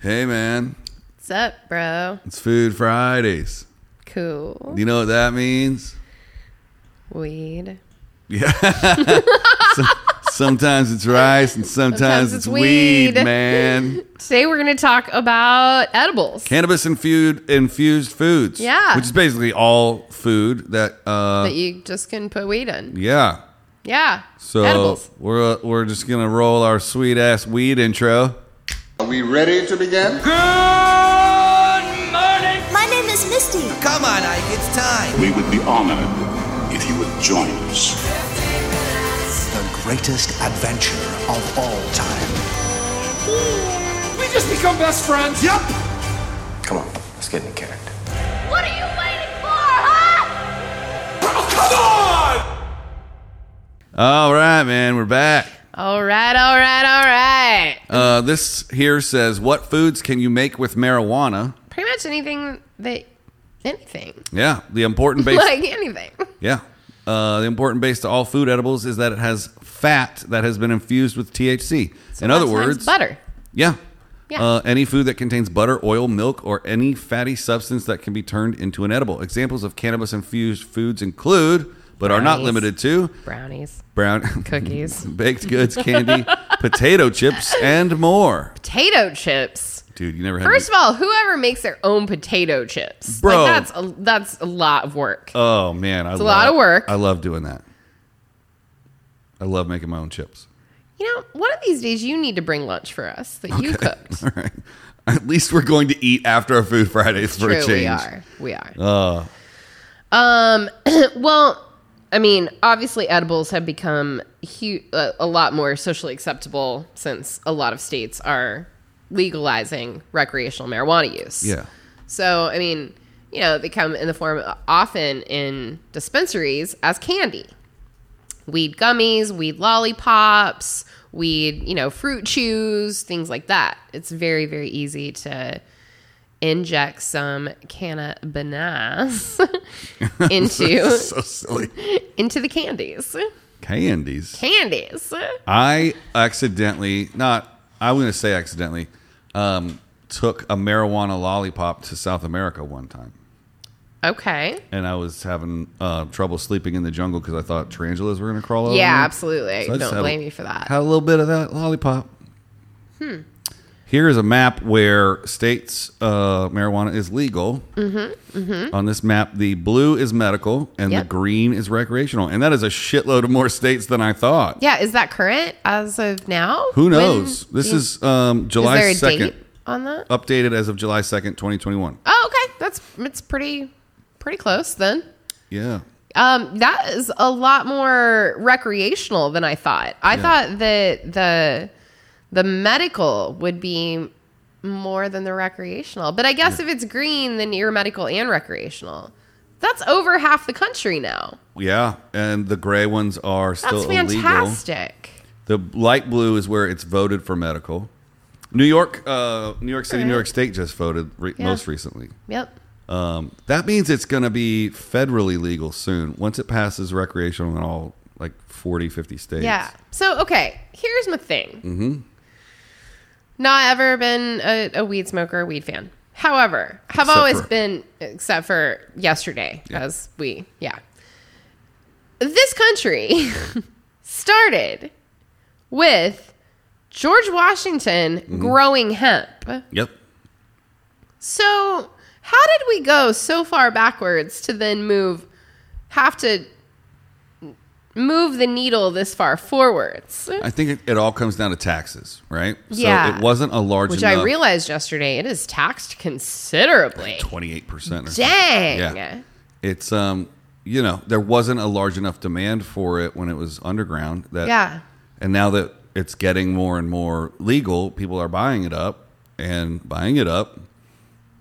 Hey, man, What's up, bro? it's Food Fridays. Cool. Do you know what that means? Weed. Yeah. Some- sometimes it's rice and sometimes, Sometimes it's it's weed, weed. man. Today we're going to talk about edibles Cannabis infused infused foods. Yeah. Which is basically all food that. Uh, that you just can put weed in. yeah. Yeah. So edibles. we're uh, we're just gonna roll our sweet ass weed intro. Are we ready to begin? My name is Misty. Come on, Ike, it's time. We would be honored if you would join us. The greatest adventure of all time. We just become best friends. Yep. Come on, let's get in character. What are you waiting for, huh? All right, man, we're back. All right, all right, all right. Uh, this here says, "What foods can you make with marijuana?" Pretty much anything that, anything. Yeah, the important base. Like anything. Yeah. Uh, the important base to all food edibles is that it has fat that has been infused with THC. In other Lots of times words, butter. Yeah. Yeah. Uh, any food that contains butter, oil, milk, or any fatty substance that can be turned into an edible. Examples of cannabis infused foods include, but are not Brownies. limited to, Brownies, brown cookies, baked goods, candy, potato chips, and more. potato chips. Dude, you never had First of all, whoever makes their own potato chips, Bro. like that's a, that's a lot of work. Oh man, I it's a lot of work. I love doing that. I love making my own chips. you know, one of these days you need to bring lunch for us that you cooked. All right. At least we're going to eat after our food Fridays for a True, change. Uh, we are. We are. Um. well, I mean, obviously, edibles have become hu- a, a lot more socially acceptable since a lot of states are legalizing recreational marijuana use. Yeah. So, I mean, you know, they come in the form often in dispensaries as candy. Weed gummies, weed lollipops, weed, you know, fruit chews, things like that. It's very, very easy to inject some cannabis into so silly. into the candies. Candies. Candies. I accidentally, not, I'm going to say accidentally, um, took a marijuana lollipop to South America one time. Okay. And I was having uh, trouble sleeping in the jungle because I thought tarantulas were going to crawl over. Yeah, me. absolutely. Um, So I just Don't had a- blame you for that. Had a little bit of that lollipop. Hmm. Here is a map where states uh, marijuana is legal. Mm-hmm, mm-hmm. On this map, the blue is medical and the Yep. green is recreational, and that is a shitload of more states than I thought. yeah, is that current as of now? Who When- knows? this Yeah. is um, July is there a second, date on that? updated as of July second, twenty twenty one. Oh, okay. That's it's pretty pretty close then. Yeah, Um, that is a lot more recreational than I thought. I thought that the the medical would be more than the recreational. But I guess if it's green, then you're medical and recreational. That's over half the country now. yeah, and the gray ones are That's still illegal. fantastic. The light blue is where it's voted for medical. New York, uh, New York City, New York State just voted re- Yeah. most recently. Yep. Um, that means it's going to be federally legal soon once it passes recreational in all like 40, 50 states. Yeah. So okay, here's my thing. Mm-hmm. Not ever been a, a weed smoker, or weed fan. However, have Except always for- been, except for yesterday, as we, yeah. This country started with George Washington Mm-hmm. growing hemp. Yep. So, how did we go so far backwards to then move, have to move the needle this far forwards? I think it, it all comes down to taxes, right? So Yeah. it wasn't a large Which enough I realized yesterday, it is taxed considerably. 28% or something. Dang. Yeah. It's, um, you know, there wasn't a large enough demand for it when it was underground that Yeah. And now that it's getting more and more legal, people are buying it up and buying it up.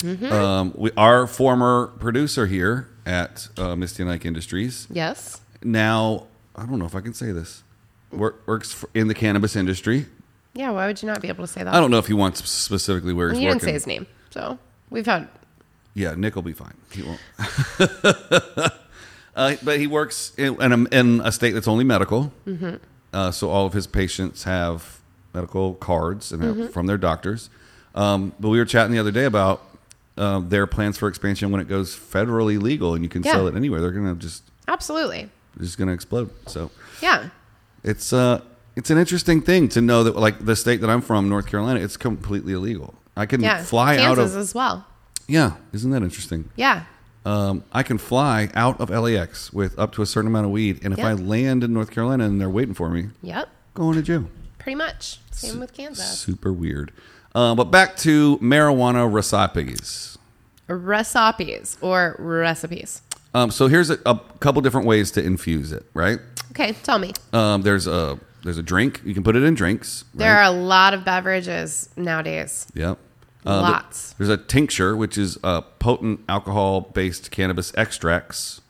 Mm-hmm. Um, we, our former producer here at uh, Misty and Ike Industries Yes. now, I don't know if I can say this, wor- works for, in the cannabis industry. Yeah. Why would you not be able to say that? I don't know if he wants specifically where he's You didn't working. say his name, so we've had. Yeah, Nick will be fine. He won't. uh, but he works in, in, a, in a state that's only medical. Mm-hmm. Mm-hmm. Uh, so all of his patients have medical cards and they're from their doctors. Um, but we were chatting the other day about uh, their plans for expansion when it goes federally legal and you can Yeah. sell it anywhere. They're gonna just Absolutely. just gonna explode. So Yeah. it's uh it's an interesting thing to know that like the state that I'm from, North Carolina, it's completely illegal. I can Yeah. fly out Kansas of as well. yeah. Isn't that interesting? Yeah. Um, I can fly out of LAX with up to a certain amount of weed, and if Yeah. I land in North Carolina and they're waiting for me, Yep. going to jail. Pretty much. Same with Kansas. Super weird. Uh, but back to marijuana recipes. Recipes or recipes. Um, so here's a, a couple different ways to infuse it. Right? Okay, tell me. Um, there's a there's a drink you can put it in drinks. Right? There are a lot of beverages nowadays. Yep. th- Lots. there's a tincture, which is uh, potent alcohol-based cannabis extracts.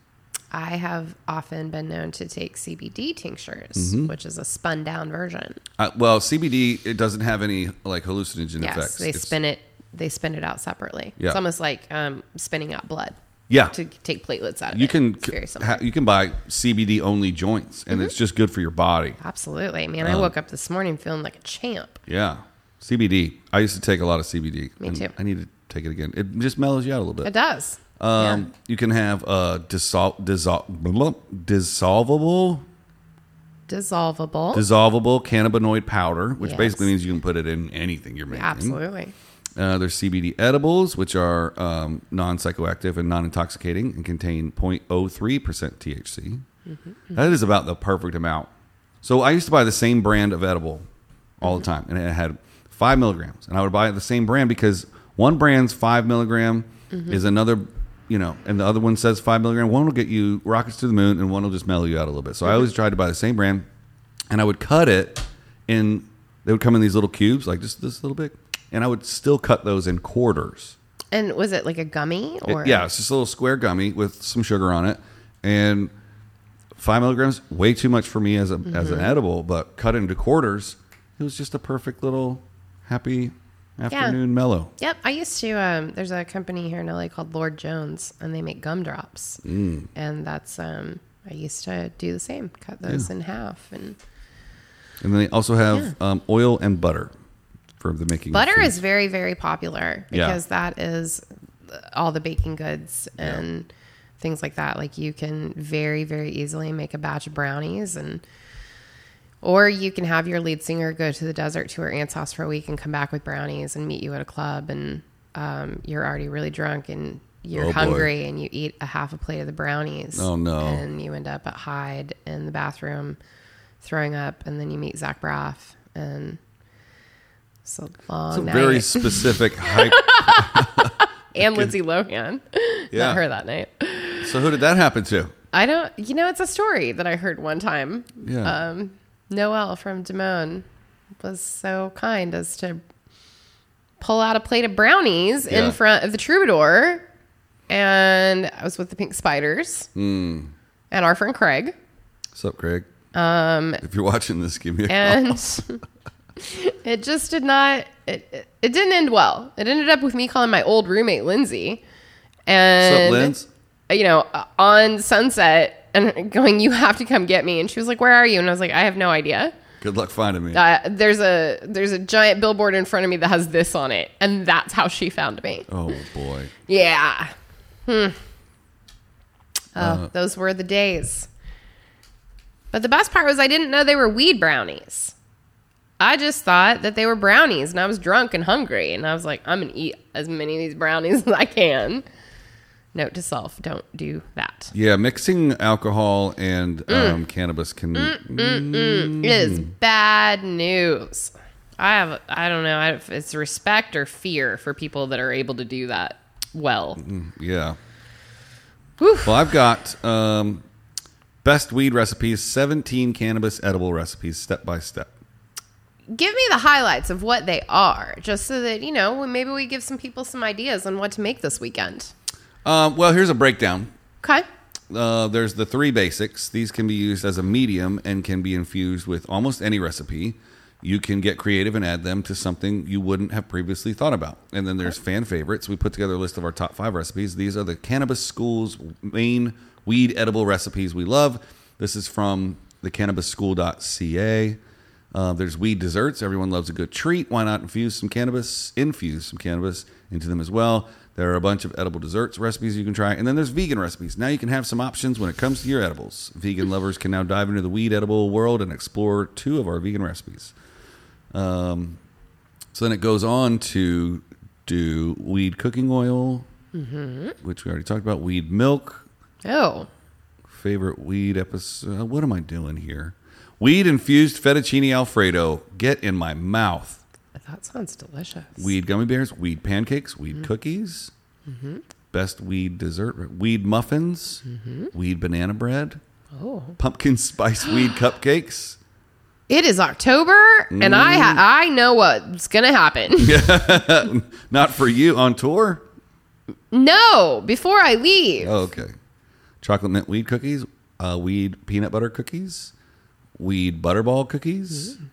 I have often been known to take CBD tinctures, Mm-hmm. which is a spun down version. Uh, well, CBD it doesn't have any like hallucinogen yes, effects. they It's- spin it. They spin it out separately. Yeah. It's almost like um, spinning out blood Yeah, to take platelets out of you it. can It's very similar. Mm-hmm. ha- you can buy CBD only joints, and it's just good for your body. Absolutely, man. Uh, I woke up this morning feeling like a champ. Yeah, CBD. I used to take a lot of CBD. Me and too. I need to take it again. It just mellows you out a little bit. It does. Um, You can have uh, dissol- dissol- blah, dissolvable Yeah. Dissolvable. dissolvable cannabinoid powder, which Yes. basically means you can put it in anything you're making. Absolutely. Uh, there's CBD edibles, which are um, non psychoactive and non intoxicating and contain 0.03% THC. That is about the perfect amount. So I used to buy the same brand of edible all the time, and it had five milligrams. And I would buy the same brand because one brand's five milligram is another, you know, and the other one says five milligram. One will get you rockets to the moon, and one will just mellow you out a little bit. So I always tried to buy the same brand, and I would cut it in. They would come in these little cubes, like just this little big, and I would still cut those in quarters. And was it like a gummy It- or yeah, it's just a little square gummy with some sugar on it, and five milligrams way too much for me as a as Mm-hmm. an edible. But cut into quarters, it was just a perfect little happy afternoon mellow. Yep, I used to. Um, there's a company here in LA called Lord Jones, and they make gumdrops, mm. and that's. Um, I used to do the same, cut those in half, and And then they also have um, oil and butter for the making. of butter food. is very, very popular Yeah. because that is all the baking goods and things like that. Like you can very, very easily make a batch of brownies, and or you can have your lead singer go to the desert to her aunt's house for a week and come back with brownies and meet you at a club, and um, you're already really drunk and you're Oh, boy. hungry, and you eat a half a plate of the brownies. Oh, no. And you end up at Hyde in the bathroom, throwing up, and then you meet Zach Braff and. It's a long It's a night very specific hype. and Lindsay Lohan. Yeah. Not her that night. So who did that happen to? I don't, you know, it's a story that I heard one time. Yeah. Um, Noel from Damone was so kind as to pull out a plate of brownies Yeah. in front of the troubadour. And I was with the pink spiders Hmm. and our friend Craig. What's up, Craig? Um, if you're watching this, give me a call. and it just did not it, it it didn't end well it ended up with me calling my old roommate lindsay and What's up, Linz? you know uh, on sunset and going you have to come get me and she was like where are you and i was like i have no idea Good luck finding me. uh, there's a there's a giant billboard in front of me that has this on it and that's how she found me oh boy. yeah hmm oh those were the days but the best part was I didn't know they were weed brownies. I just thought that they were brownies, and I was drunk and hungry, and I was like, I'm gonna eat as many of these brownies as I can. Note to self: don't do that. Yeah, mixing alcohol and Mm. um, cannabis can. It is bad news. I have, I don't know if it's respect or fear for people that are able to do that well. Yeah. Whew. Well, I've got um, best weed recipes, 17 cannabis edible recipes, step by step. Give me the highlights of what they are, just so that you know. Maybe we give some people some ideas on what to make this weekend. Um, well, here's a breakdown. Okay. Uh, there's the three basics. These can be used as a medium and can be infused with almost any recipe. You can get creative and add them to something you wouldn't have previously thought about. And then there's fan favorites. We put together a list of our top five recipes. These are the Cannabis School's main weed edible recipes we love. This is from thecannabiссchool.ca. Uh, there's weed desserts. Everyone loves a good treat. Why not infuse some cannabis? Infuse some cannabis into them as well. There are a bunch of edible desserts recipes you can try, and then there's vegan recipes. Now you can have some options when it comes to your edibles. Vegan lovers can now dive into the weed edible world and explore two of our vegan recipes. Um, So then it goes on to do weed cooking oil, which we already talked about. Weed milk, Oh, favorite weed episode. uh, What am I doing here? Weed infused fettuccine alfredo. Get in my mouth. that sounds delicious. Weed gummy bears, weed pancakes, weed cookies. Best weed dessert. Weed muffins. Weed banana bread. Oh, Pumpkin spice weed cupcakes. it is October, and I ha- I know what's gonna happen. Not for you on tour. no, before I leave, Oh, okay. Chocolate mint weed cookies, uh, weed peanut butter cookies, weed butterball cookies. Mm-hmm.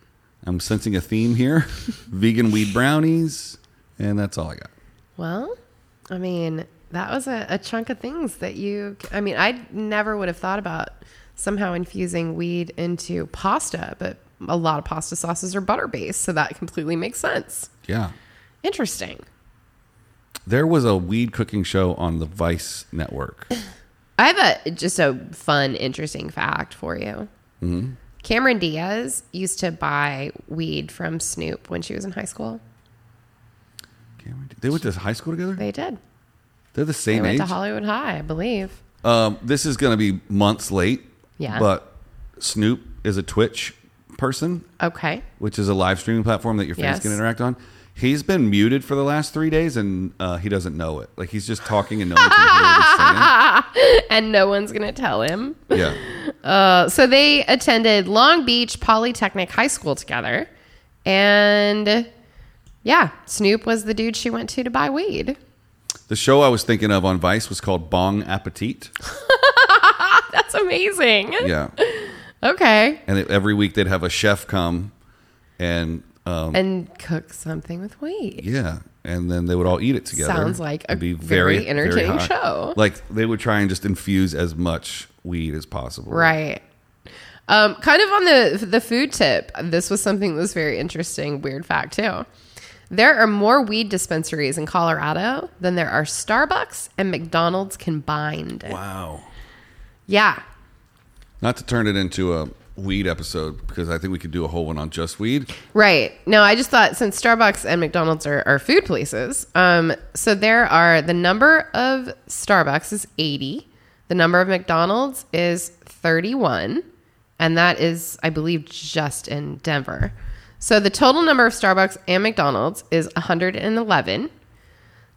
I'm sensing a theme here. Vegan weed brownies, and that's all I got. Well, I mean, that was a, a chunk of things that you. I mean, I never would have thought about somehow infusing weed into pasta, but a lot of pasta sauces are butter based, so that completely makes sense. Yeah. Interesting. There was a weed cooking show on the Vice Network. I have a just a fun, interesting fact for you. Mm-hmm. Cameron Diaz used to buy weed from Snoop when she was in high school. They went to high school together? They did. They're the They same went age. to Hollywood High, I believe. Um, this is going to be months late. Yeah. But Snoop is a Twitch person, Okay. which is a live streaming platform that your fans Yes. can interact on. He's been muted for the last three days, and uh, he doesn't know it. Like he's just talking, and no one can And no one's going to tell him. hear what he's saying. Yeah, So they attended Long Beach Polytechnic High School together. And yeah, Snoop was the dude she went to to buy weed. the show I was thinking of on Vice was called Bong Appetit. That's amazing. Yeah, Okay. and it, every week they'd have a chef come, and um, And cook something with weed. yeah, and then they would all eat it together. Sounds like a It'd very entertaining hot. show. Like they would try and just infuse as much weed as possible. Right. Um, kind of on the the food tip, this was something that was very interesting, weird fact too. There are more weed dispensaries in Colorado than there are Starbucks and McDonald's combined. Wow. Yeah. Not to turn it into a weed episode because I think we could do a whole one on just weed. Right. No, I just thought since Starbucks and McDonald's are, are food places, um, so there are the number of Starbucks is 80, the number of McDonald's is 31, and that is, I believe, just in Denver. So the total number of Starbucks and McDonald's is 111.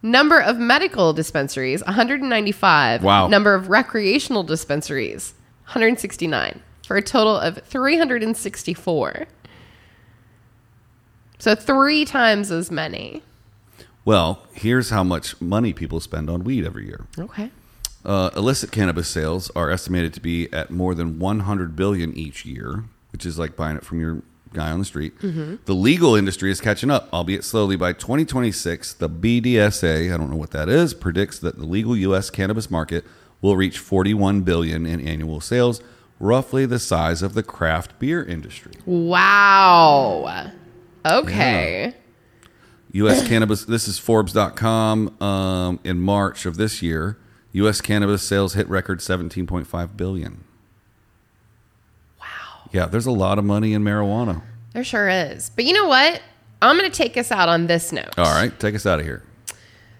Number of medical dispensaries, 195. Wow. Number of recreational dispensaries, 169, for a total of 364. So three times as many. Well, here's how much money people spend on weed every year. Okay. Uh, illicit cannabis sales are estimated to be at more than 100 billion each year, which is like buying it from your guy on the street. The legal industry is catching up, albeit slowly. By 2026, the BDSA, I don't know what that is, predicts that the legal U.S. cannabis market will reach 41 billion in annual sales, roughly the size of the craft beer industry. Wow. Okay. U.S. cannabis. This is Forbes.com. Um, in March of this year, U.S. cannabis sales hit record 17.5 billion. Wow. Yeah, there's a lot of money in marijuana. There sure is. But you know what? I'm going to take us out on this note. All right, take us out of here.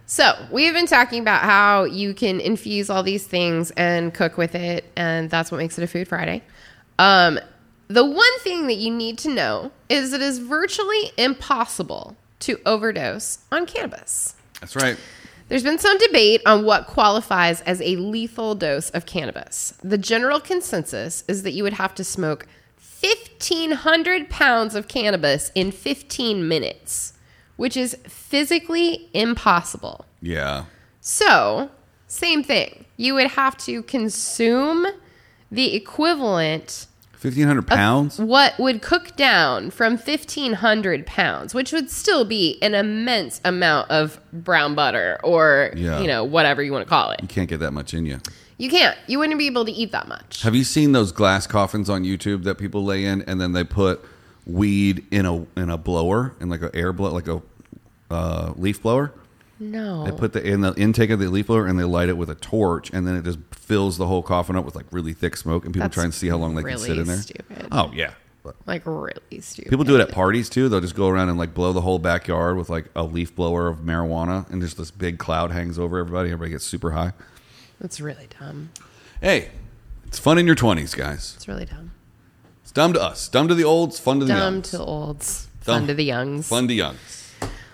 So, we've been talking about how you can infuse all these things and cook with it, and that's what makes it a Food Friday. Um, the one thing that you need to know is it is virtually impossible to overdose on cannabis. That's right. There's been some debate on what qualifies as a lethal dose of cannabis. The general consensus is that you would have to smoke 1,500 pounds of cannabis in 15 minutes, which is physically impossible. Yeah. So, same thing. You would have to consume the equivalent Fifteen hundred pounds. what would cook down from 1500 pounds which would still be an immense amount of brown butter or Yeah. you know whatever you want to call it You can't get that much in you. you can't you wouldn't be able to eat that much Have you seen those glass coffins on YouTube that people lay in, and then they put weed in a in a blower in like a air blow like a uh, leaf blower. No. They Oh. put the in the intake of the leaf blower and they light it with a torch and then it just fills the whole coffin up with like really thick smoke and people That's try and see how long they can really sit in there. stupid. Oh yeah. like really stupid. People do it at parties too. They'll just go around and like blow the whole backyard with like a leaf blower of marijuana and just this big cloud hangs over everybody. Everybody gets super high. That's really dumb. Hey, it's fun in your 20s, guys. It's really dumb. It's dumb to us. Dumb to the olds, fun to the Dumb youngs. to olds. Dumb. Fun to the youngs. Fun to youngs.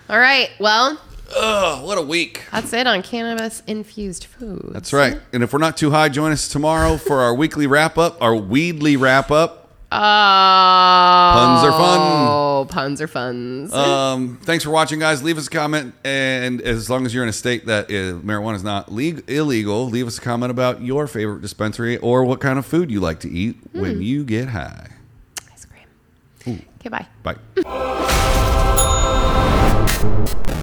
All right. Well, Ugh, what a week. that's it on cannabis infused foods. That's right. And if we're not too high, join us tomorrow for our weekly wrap up, our weedly wrap up. Puns are fun. Oh, puns are fun. Um, thanks for watching, guys. Leave us a comment, and as long as you're in a state that uh, marijuana is not leg- illegal, leave us a comment about your favorite dispensary or what kind of food you like to eat when you get high. Ice cream. Okay, bye. Bye.